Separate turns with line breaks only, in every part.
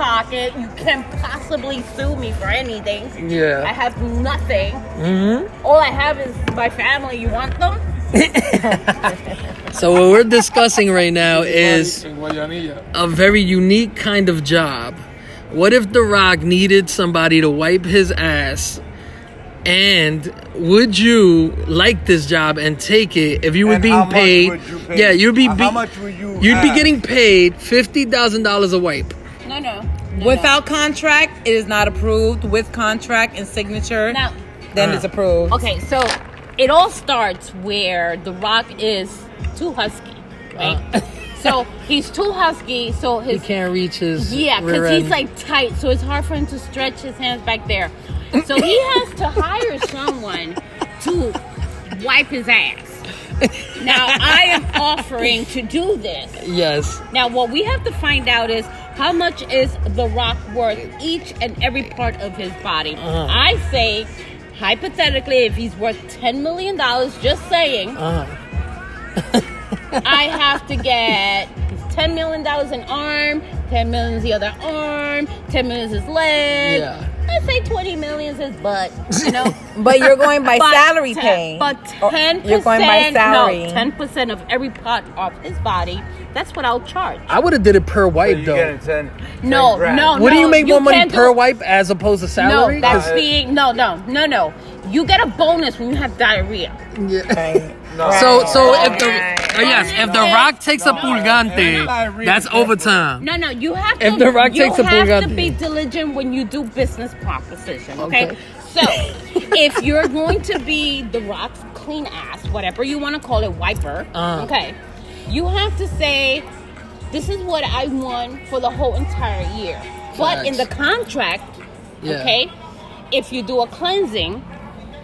pocket. You can't possibly sue me for anything.
Yeah.
I have nothing.
Mm-hmm.
All I have is my family. You want them?
So what we're discussing right now is
En Guayanilla.
a very unique kind of job. What if The Rock needed somebody to wipe his ass? And would you like this job and take it if you were
And
being
how much
paid?
would you pay? Uh,
Yeah, you'd be,
How
be-
much would you
You'd be
have?
getting paid fifty thousand dollars a wipe.
No, no.
Without contract, it is not approved. With contract and signature,
Now,
then it's approved.
okay, so it all starts where The Rock is too husky, right? so he's too husky, so
Uh. He
his
can't reach his
Yeah,
rear
because he's
end.
like tight, so it's hard for him to stretch his hands back there. So he has to hire someone to wipe his ass. Now I am offering to do this.
yes.
Now what we have to find out is how much is the rock worth each and every part of his body.
Uh-huh.
I say hypothetically if he's worth 10 million dollars just saying
Uh-huh.
I have to get ten million dollars an arm, ten million is the other arm, ten million is his leg.
Yeah.
I say twenty million is his butt. You know,
But you're going by
But
salary
ten-
pay.
But
Or
ten percent.
You're going by salary.
No, ten percent of every part of his body. That's what I'll charge.
I would have did it per wipe
You
though.
getting 10, 10
No,
grand.
no,
Wouldn't you make more money
can't do
per
it.
wipe as opposed to salary?
No, that's
Uh,
'Cause-
being no, no, no, no. You get a bonus when you have diarrhea.
No,
So
no,
so
no.
if the oh,
Okay.
yes, if the
No,
Rock takes a pulgante,
Diarrhea.
that's overtime.
No, no, you have
If
to.
The Rock
you
takes a
have to
Bugatti.
be diligent when you do business proposition. Okay.
Okay.
So, if you're going to be The Rock's clean ass, whatever you want to call it, wiper.
Uh.
Okay. You have to say, "This is what I won for the whole entire year." But in the
Facts.
contract,
Yeah.
okay, if you do a cleansing,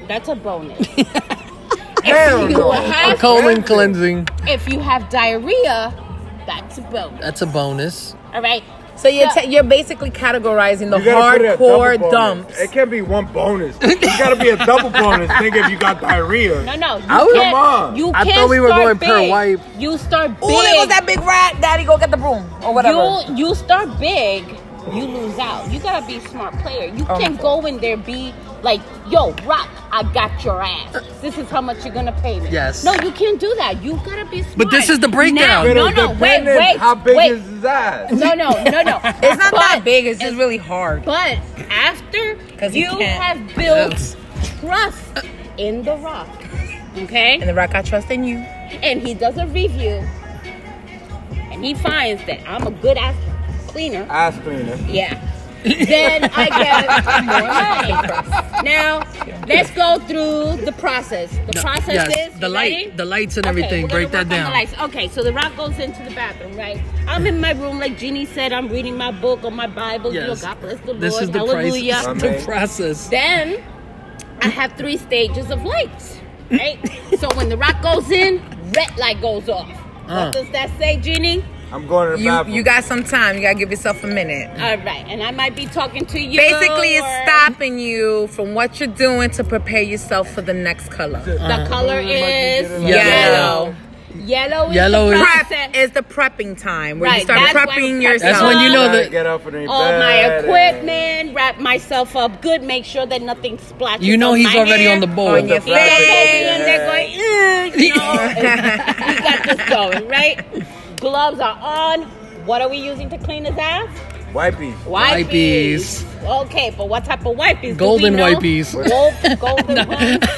that's a bonus.
Hell
you
no.
will
A
have-
colon cleansing,
if you have diarrhea, that's a bonus.
that's a bonus.
All right.
so you're,
Yeah.
te- you're basically categorizing the
You gotta put in a double
hardcore
bonus.
dumps.
It can't be one bonus. It's gotta be a double bonus, nigga, if you got diarrhea.
No, no. You
I was-
can't,
Come on.
You
Oh, I
can't
thought we were
start
going
big.
per wipe.
You start big.
Ooh, there goes that big rat. Daddy, go get the broom or whatever.
you you start big, you lose out. You gotta be a smart player. You
Oh,
can't
my
go in there be like, yo, Rock, I got your ass. This is how much you're gonna pay me.
Yes.
No, you can't do that. You gotta be smart.
But this is the breakdown.
Now,
But
no,
it
no, wait,
depends
wait,
How big
wait.
is his ass?
no, no, no, no.
it's not that
But-
big. It's just really hard.
But after
'Cause you
you
can't.
have built
Yes.
trust in the Rock, okay?
And the rock I trust in you.
and he does a review and he finds that I'm a good ass cleaner.
Ass cleaner.
Yeah. then I get more money. Now let's go through the process. The process
Yes,
is
the
you ready?
light, the lights and
Okay,
everything.
we're gonna
Break
work
that
on the
down.
lights. Okay, so the rock goes into the bathroom, right? I'm in my room, like Jeannie said, I'm reading my book or my Bible. You know,
Yes,
God bless the
this
Lord.
is the
Hallelujah.
price.
Amen.
The process.
Then I have three stages of lights, right? so when the rock goes in, red light goes off.
Uh.
What does that say, Jeannie?
I'm going to the
You
bathroom.
you got some time. You gotta give yourself a minute.
Uh.
All right, and I might be talking to you.
Basically, it's
or-
stopping you from what you're doing to prepare yourself for the next color.
The
Uh.
color is
Yellow.
yellow.
Yellow.
Yellow is
Yellow
the
is-
process.
Prep is the prepping time where
Right,
you start
that's why
prepping
we prep.
yourself.
That's when you know
Gotta
that
Get up in the
all
bed
Oh, my
and-
equipment, wrap myself up good, make sure that nothing splashes.
You know
on
he's
my
already
hair.
on the
on
board.
your
They're
face.
and they're going, "Ugh," you know, we got this going, right? Gloves are on. What are we using to clean his ass?
Wipey.
Wipes. Okay, but what type of wipes?
Golden
do we know?
wipes.
Gold, golden wipes.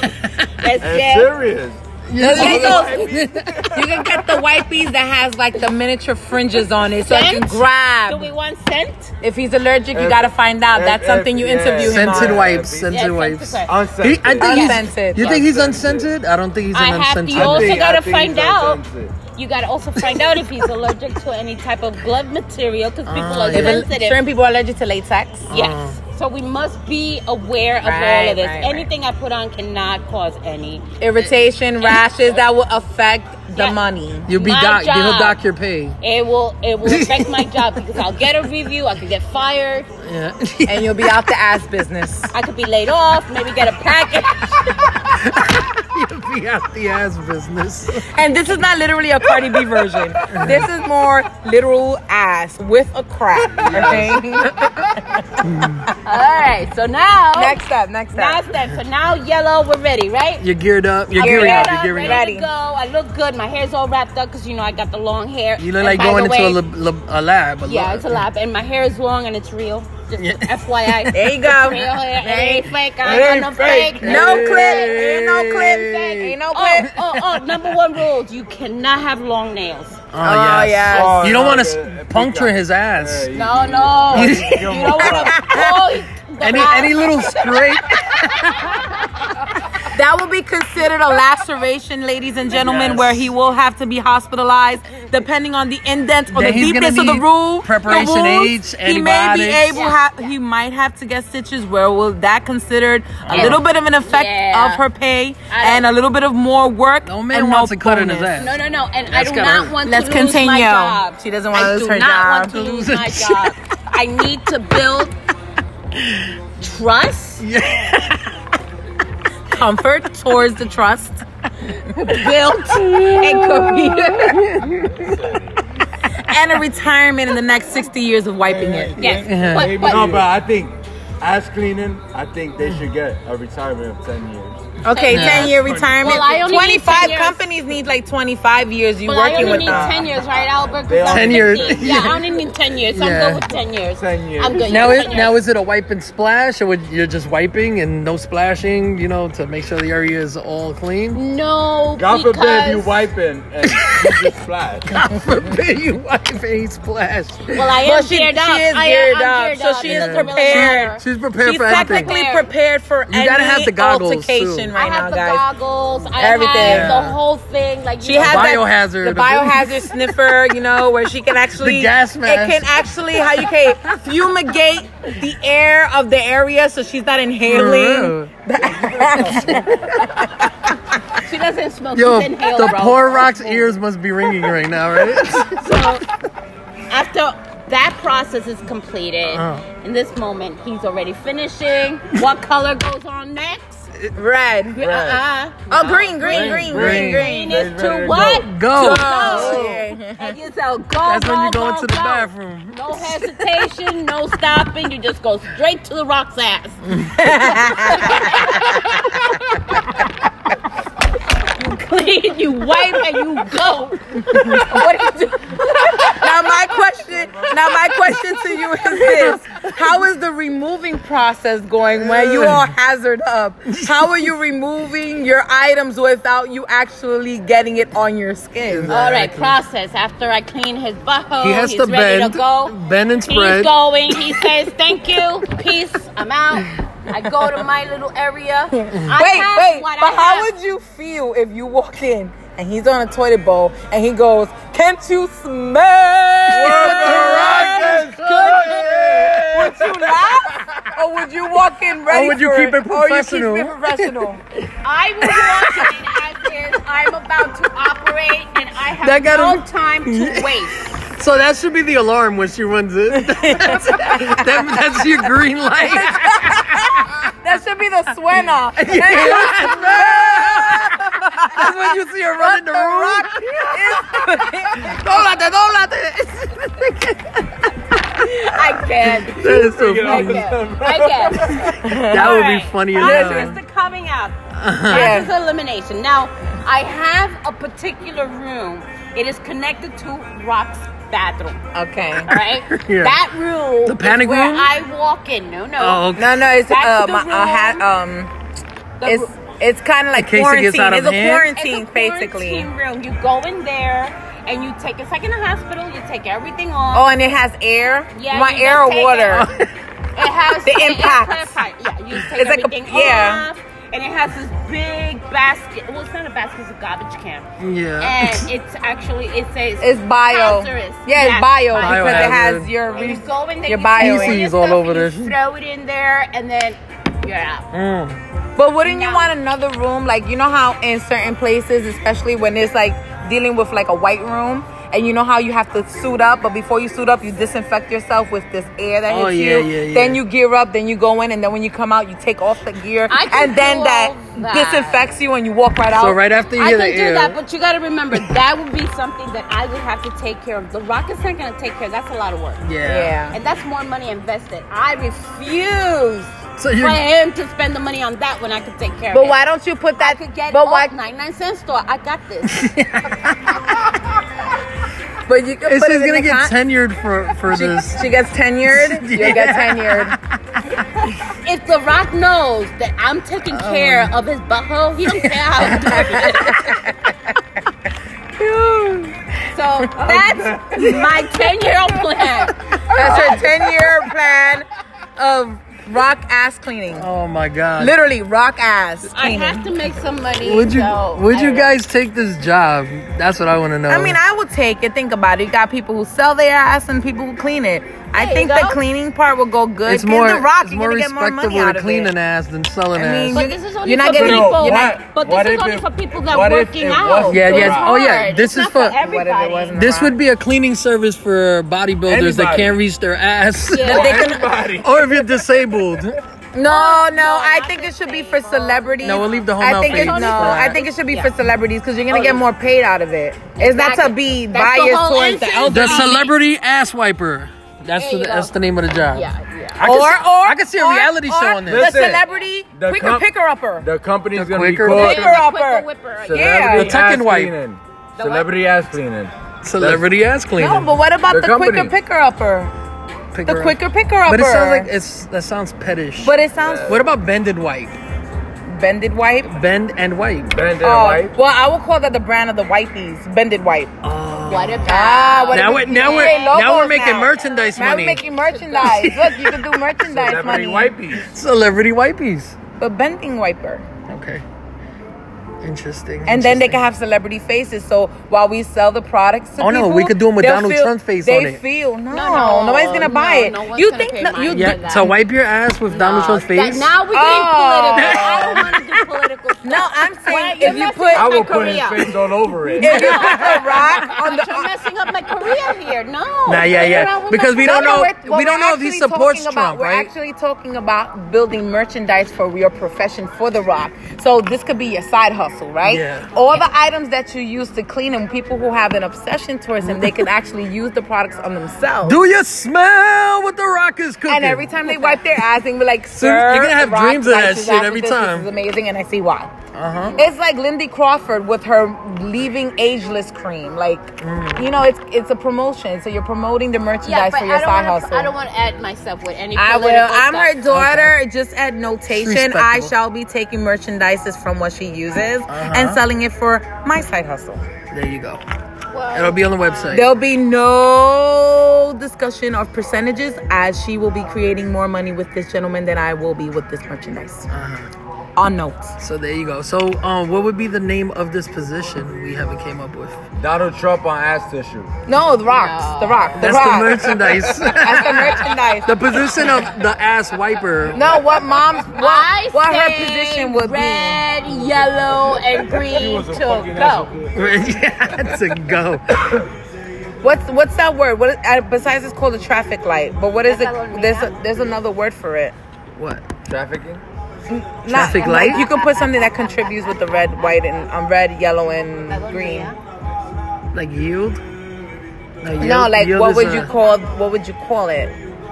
That's
And
it.
serious.
You can get the wipies that has like the miniature fringes on it, so I can
Scent? Do
grab.
we want scent?
if he's allergic, you gotta find out.
If-
That's
if-
something you
yeah.
interview him
Scented
on.
wipes,
Yeah,
scented
scent
wipes.
is right.
He-
Unscented.
I think he's.
Unscented.
You think he's
Unscented.
unscented? I don't think he's an
I have
unscented.
the old- also
think-
gotta
I think
find
he's
out.
unscented.
You gotta also find out if he's allergic to any type of glove material because people
Ah,
are
yeah.
If
sensitive.
it, certain people are allergic to latex.
Yes. So we must be aware of all
Right,
of this.
right, right.
Anything I put on cannot cause any.
Irritation, rashes that will affect the
Yeah.
money.
You'll be
My
doc.
job.
He'll dock your pay.
It will it will affect my job because I'll get a review. I could get fired.
Yeah.
And you'll be out the ass business.
I could be laid off. Maybe get a package.
dirty out the ass business.
And this is not literally a Cardi B version. This is more literal ass with a crack. Okay.
All right. So now,
next up. Next up.
now step. So now, yellow. We're ready, right?
You're geared up. You're
I'm
gearing
geared
up.
up,
You're gearing up.
ready.
ready to go. I look good. My hair's all wrapped up because you know I got the long hair.
You look
And
like
by
going
the
into
way-
a, lab, lab- a lab. a
Yeah,
lab.
it's a lap, and my hair is long and it's real. Just
Yeah.
FYI.
There you go.
Real hair. It ain't fake. I ain't
It ain't
got no
fake.
fake.
No
Hey.
clip. Ain't no clip. Ain't no
Oh,
clip.
oh, oh, number one rule, you cannot have long nails.
Oh,
Oh,
yes.
yes.
Oh,
You don't
no,
want to
the-
puncture his ass.
Yeah, you-
No, no.
You-
you don't want to pull the
Any
brow.
any little scrape.
That will be considered a laceration, ladies and gentlemen,
Yes.
where he will have to be hospitalized depending on the indent or
Then
the
he's gonna
deepness of the
need
rule.
preparation
the
aids,
He may be
antibiotics.
able, ha- he might have to get stitches. Where will that considered a
Yeah.
little bit of an effect
Yeah.
of her pay
I
and a
don't-
little bit of more work?
No man
and
wants a cut in his
bonus.
ass.
No, no, no. And
Let's
I do
go.
not want
Let's
to lose my
continue.
job.
She doesn't wanna
I
lose
do
her
not
job.
want to
To
lose
lose
my
her
job. I need to build trust,
Comfort towards the trust.
build and career.
And a retirement in the next 60 years of wiping it.
Yes.
Yeah.
But,
Maybe
but,
no, but I think ass cleaning. I think they should get a retirement of ten years.
Okay,
Yeah.
10 year retirement.
Well, I only need 10
25
years.
companies need like 25 years you
Well, I
working
only
with
need
them.
ten years, right, Albert? 'Cause
They
I'm
all-
10 years.
15. Yeah, I only need ten years. So
Yeah.
I'm good with ten years.
10 years.
I'm good.
Now,
yeah,
it,
10
now
years.
is it a wipe and splash, or would- you're just wiping and no splashing? You know, to make sure the area is all clean.
no.
God
because
forbid you wiping and you just flat.
Forbid you wipe and you splash.
Well, I am
Well, she-
geared up.
she is
I am-
geared
I'm
up,
geared
so
up.
she
It
is
doesn't really
prepared.
matter.
She's prepared
She's
for everything.
technically prepared for you any
gotta have the goggles, too.
altercation
I
right now,
have the
guys.
goggles. I
Everything.
have
Yeah.
the whole thing. Like
She
you
has
know,
that-
Biohazard,
the biohazard sniffer, you know, where she can actually
The gas
It
mask.
can actually how you can fumigate the air of the area, so she's not
Yo,
inhaling.
She doesn't smoke. she's in hell,
the
bro.
poor rock's ears must be ringing right now, right?
So after that process is completed,
Uh-huh.
Uh.
in this moment, he's already finishing. What color goes on next?
Red.
Uh uh
Oh, green, green, green,
Green,
green,
green.
green.
Venus
Ready
to
to
what?
Go.
Oh,
And you tell go.
That's
go,
when you go
go,
into the
go.
bathroom.
No hesitation, no stopping. You just go straight to the rock's ass. you clean, you wipe, and you go. What do you do?
now my question now my question to you is this how is the removing process going when you all hazard up how are you removing your items without you actually getting it on your skin
All right, process. After I clean his butthole,
He has
he's
to
ready
bend,
to go.
bend and
He's
spread.
going. He says, "Thank you, peace. I'm out." I go to my little area. Wait,
wait wait but how would you feel if you walk in and he's on a toilet bowl and he goes can't you smell
Rock is good.
would you laugh or would you walk in ready
would you
for
keep it
Or you keep
professional?
it professional
I would walk in as is. I'm about to operate, and I have
That got
no
him-
time to waste.
so that should be the alarm when she runs in. that's, that- that's your green light.
That should be the suena.
That's when you see her running the room. Doblate, doblate.
I can't.
That is so
Get off
funny.
the
I can't.
That
All
would
right.
be funny Uh-huh.
Process
enough.
the coming out.
Yeah.
Process elimination. Now, I have a particular room. It is connected to Rock's bathroom.
Okay.
All right.
Yeah.
That room.
The
is
panic
where
room?
I walk in. No, no.
Oh, okay.
No, no, it's
Back to
um,
the
uh, hat, um,
The
it's
ro-
it's kind of like
case it
quarantine.
gets out of
it's a
hand?
it's
quarantine,
a
basically.
quarantine room. You go in there and you take. It's like in a hospital. You take everything
Oh,
off.
and it has air.
Yeah,
my
you
air
just
or
take
water?
it has
the
it has
impact.
clarify- Yeah, you take
It's like a-
everything
yeah.
off, and it has this big basket. Well, it's not a basket. It's a garbage can.
Yeah.
And it's actually it says
It's bio.
Hazardous.
Yeah, it's
Yes,
bio,
bio.
because it has
Biohazard.
your.
And you
Re-
go in there,
Your
you
bio.
put in your
PCs all
stuff,
over
and you
this.
Throw it in there, and then you're out.
Mm.
but wouldn't you
No.
want another room? Like you know how in certain places, especially when it's like dealing with like a white room. and you know how you have to suit up, but before you suit up, you disinfect yourself with this air that
Oh,
hits
yeah,
you.
yeah, yeah.
Then you gear up, then you go in, and then when you come out, you take off the gear,
I can
and then
do
that,
all that.
disinfects you, and you walk right out.
So right after you
I
hear
can
the
do
air,
that, but you got to remember that would be something that I would have to take care of. The Rockets aren't going to take care. of That's a lot of work,
yeah.
yeah.
and that's more money invested. I refuse
So
for
you
him to spend the money on that when I could take care
But
of it.
why don't you put
I
that?
could get
but
it
why?
off 99 cent store. I got this.
But you could
This
put
is
it in
gonna
the
get
con-
tenured for for this.
She gets tenured. You get tenured.
if The Rock knows that I'm taking care of his butthole, he don't care how I'm doing it. So that's my 10 year old plan.
That's her ten-year plan of rock ass cleaning.
Oh my god.
Literally, rock ass
I
cleaning.
have to make some money.
Would you
so
would
I
you
don't
guys take this job? That's what I want to know.
I mean, I would take it. Think about it. You got people who sell their ass and people who clean it.
There
I
you
think the
go.
cleaning part will go good.
it's
Give
more
the rock,
it's
you're
more
gonna get more
respectable
money out
to
of
clean
it.
an ass than selling
I mean,
ass.
But this is only
You're not
for
getting-
people.
You're not-
but
what
this is
if
only
it-
for people that
what if
working
it
out.
wasn't
Yeah,
It's
yes.
hard.
Oh, yeah, this
It's
is
not for,
for- What if
it
everybody.
wasn't?
This would be a cleaning service for bodybuilders that
Anybody.
can't reach their ass,
Yeah.
Everybody.
or if you're disabled.
No, no,
Oh, no,
I
not
think
the
it should be
same.
for celebrities.
No, we'll leave the home
I
out
think
for
it,
you.
no, I think it should be for
Yeah.
celebrities because you're gonna
Oh,
get
yeah.
more paid out of it. It's not to be
That's the
biased
whole
towards the
entrance.
elderly.
The celebrity ass wiper. That's
There
the,
you go.
that's the name of the job.
Yeah, yeah.
I
Or,
could
or
see- I could see a
or-
reality show
or
on
The
this.
Listen,
celebrity
the
quicker
com-
picker upper.
The company's
The
gonna be
quicker
called
picker.
Quicker upper.
Quick whipper, yeah.
Yeah.
Celebrity
The tuck and
Ass
wipe.
Cleaning.
The
Celebrity Ass Cleaning.
Celebrity ass cleaning.
No, but what about
The
the, quicker
company.
picker upper?
Pick her
The
up.
quicker picker upper.
But it sounds like it's that sounds pettish.
But it sounds
what about bended wipe?
bended wipe.
Bend and wipe. Oh.
Bandit
Oh,
and wipe.
well, I would call that the brand of the wipies, bended wipe.
What about?
Ah, what
Now
we
we're now
create
we're now
logos
we're making
now.
merchandise
Now we're
money.
making merchandise. Look, you can do merchandise
Celebrity
money.
wipies.
Celebrity wipies.
But bending wiper.
Okay. Interesting.
And then they
interesting.
can have celebrity faces. So while we sell the products to
Oh, no,
people,
we could do 'em with
they'll
Donald
feel-
Trump face
they
on it.
feel no,
No, no,
nobody's gonna buy
no,
it.
no one's
you
gonna
think
pay
no,
money
you
for
think-
do
yeah,
that.
to wipe your ass with Donald
No,
Trump's
Uh, that-
face.
now we're getting
Oh.
political. I don't want to do political. Stuff.
no, I'm saying
Wait,
if
you're
you
messing
put
I
up
will
my
put his
career.
face all over it.
if you put the rock on
But you're
the
messing up my career here. No.
Nah, yeah,
Play
yeah.
around with
Because
my
we don't
career.
know-
we're- what
we don't
we're
know if he
actually
supports
talking about-
Trump,
We're
right?
actually talking about building merchandise for your profession for The Rock. So this could be your side hustle, right?
Yeah.
All the items that you use to clean him, people who have an obsession towards him, they can actually use the products on themselves.
Do you smell what the rock is cooking?
and every time they wipe their ass and be like,
So you're
"Sir,
gonna have
The Rock
dreams of
likes
that
his
shit
ass
every
with this. This
time."
is amazing, and I see why.
Uh-huh.
It's like Lindy Crawford with her leaving ageless cream. Like,
Mm.
you know, it's it's a promotion, so you're promoting the
Yeah,
merchandise
but
for your
I don't,
side
wanna,
hustle.
I don't want to add myself with any.
I will.
political
I'm
stuff.
her daughter. Just at notation,
Respectable.
I shall be taking merchandises from what she uses and
Uh-huh.
selling it for my side hustle.
There you go.
Well,
It'll be on the website.
There'll be no discussion of percentages as she will be creating more money with this gentleman than I will be with this merchandise.
Uh-huh.
On notes.
So there you go. So um, what would be the name of this position we haven't came up with?
Donald Trump on ass tissue.
No, the rocks. The rock. The
That's
rock.
the merchandise.
That's the merchandise.
the position of the ass wiper.
no, what mom's
I
what, what her
say
position would be.
red, yellow, and green to go.
yeah, to go.
What's what's that word? What is, uh, besides it's called a traffic light, but what is it?
Catalonia.
There's a, there's another word for it.
What?
Trafficking?
Not-
Traffic light?
You can put something that contributes with the red, white, and um, red, yellow, and green.
Like yield? No, yield-
No, like
yield
what
is
would
a-
you call what would you call it?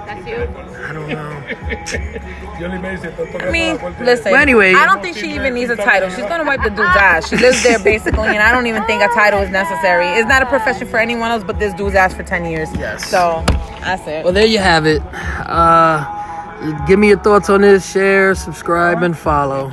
That's you.
I don't know.
I mean, listen.
Well, anyway-
I don't think she even needs a title. She's gonna wipe the dude's ass. She lives there basically, and I don't even think a title is necessary. It's not a profession for anyone else but this dude's ass for ten years.
Yes.
So that's it.
Well, there you have it. Uh, give me your thoughts on this. Share, subscribe, and follow.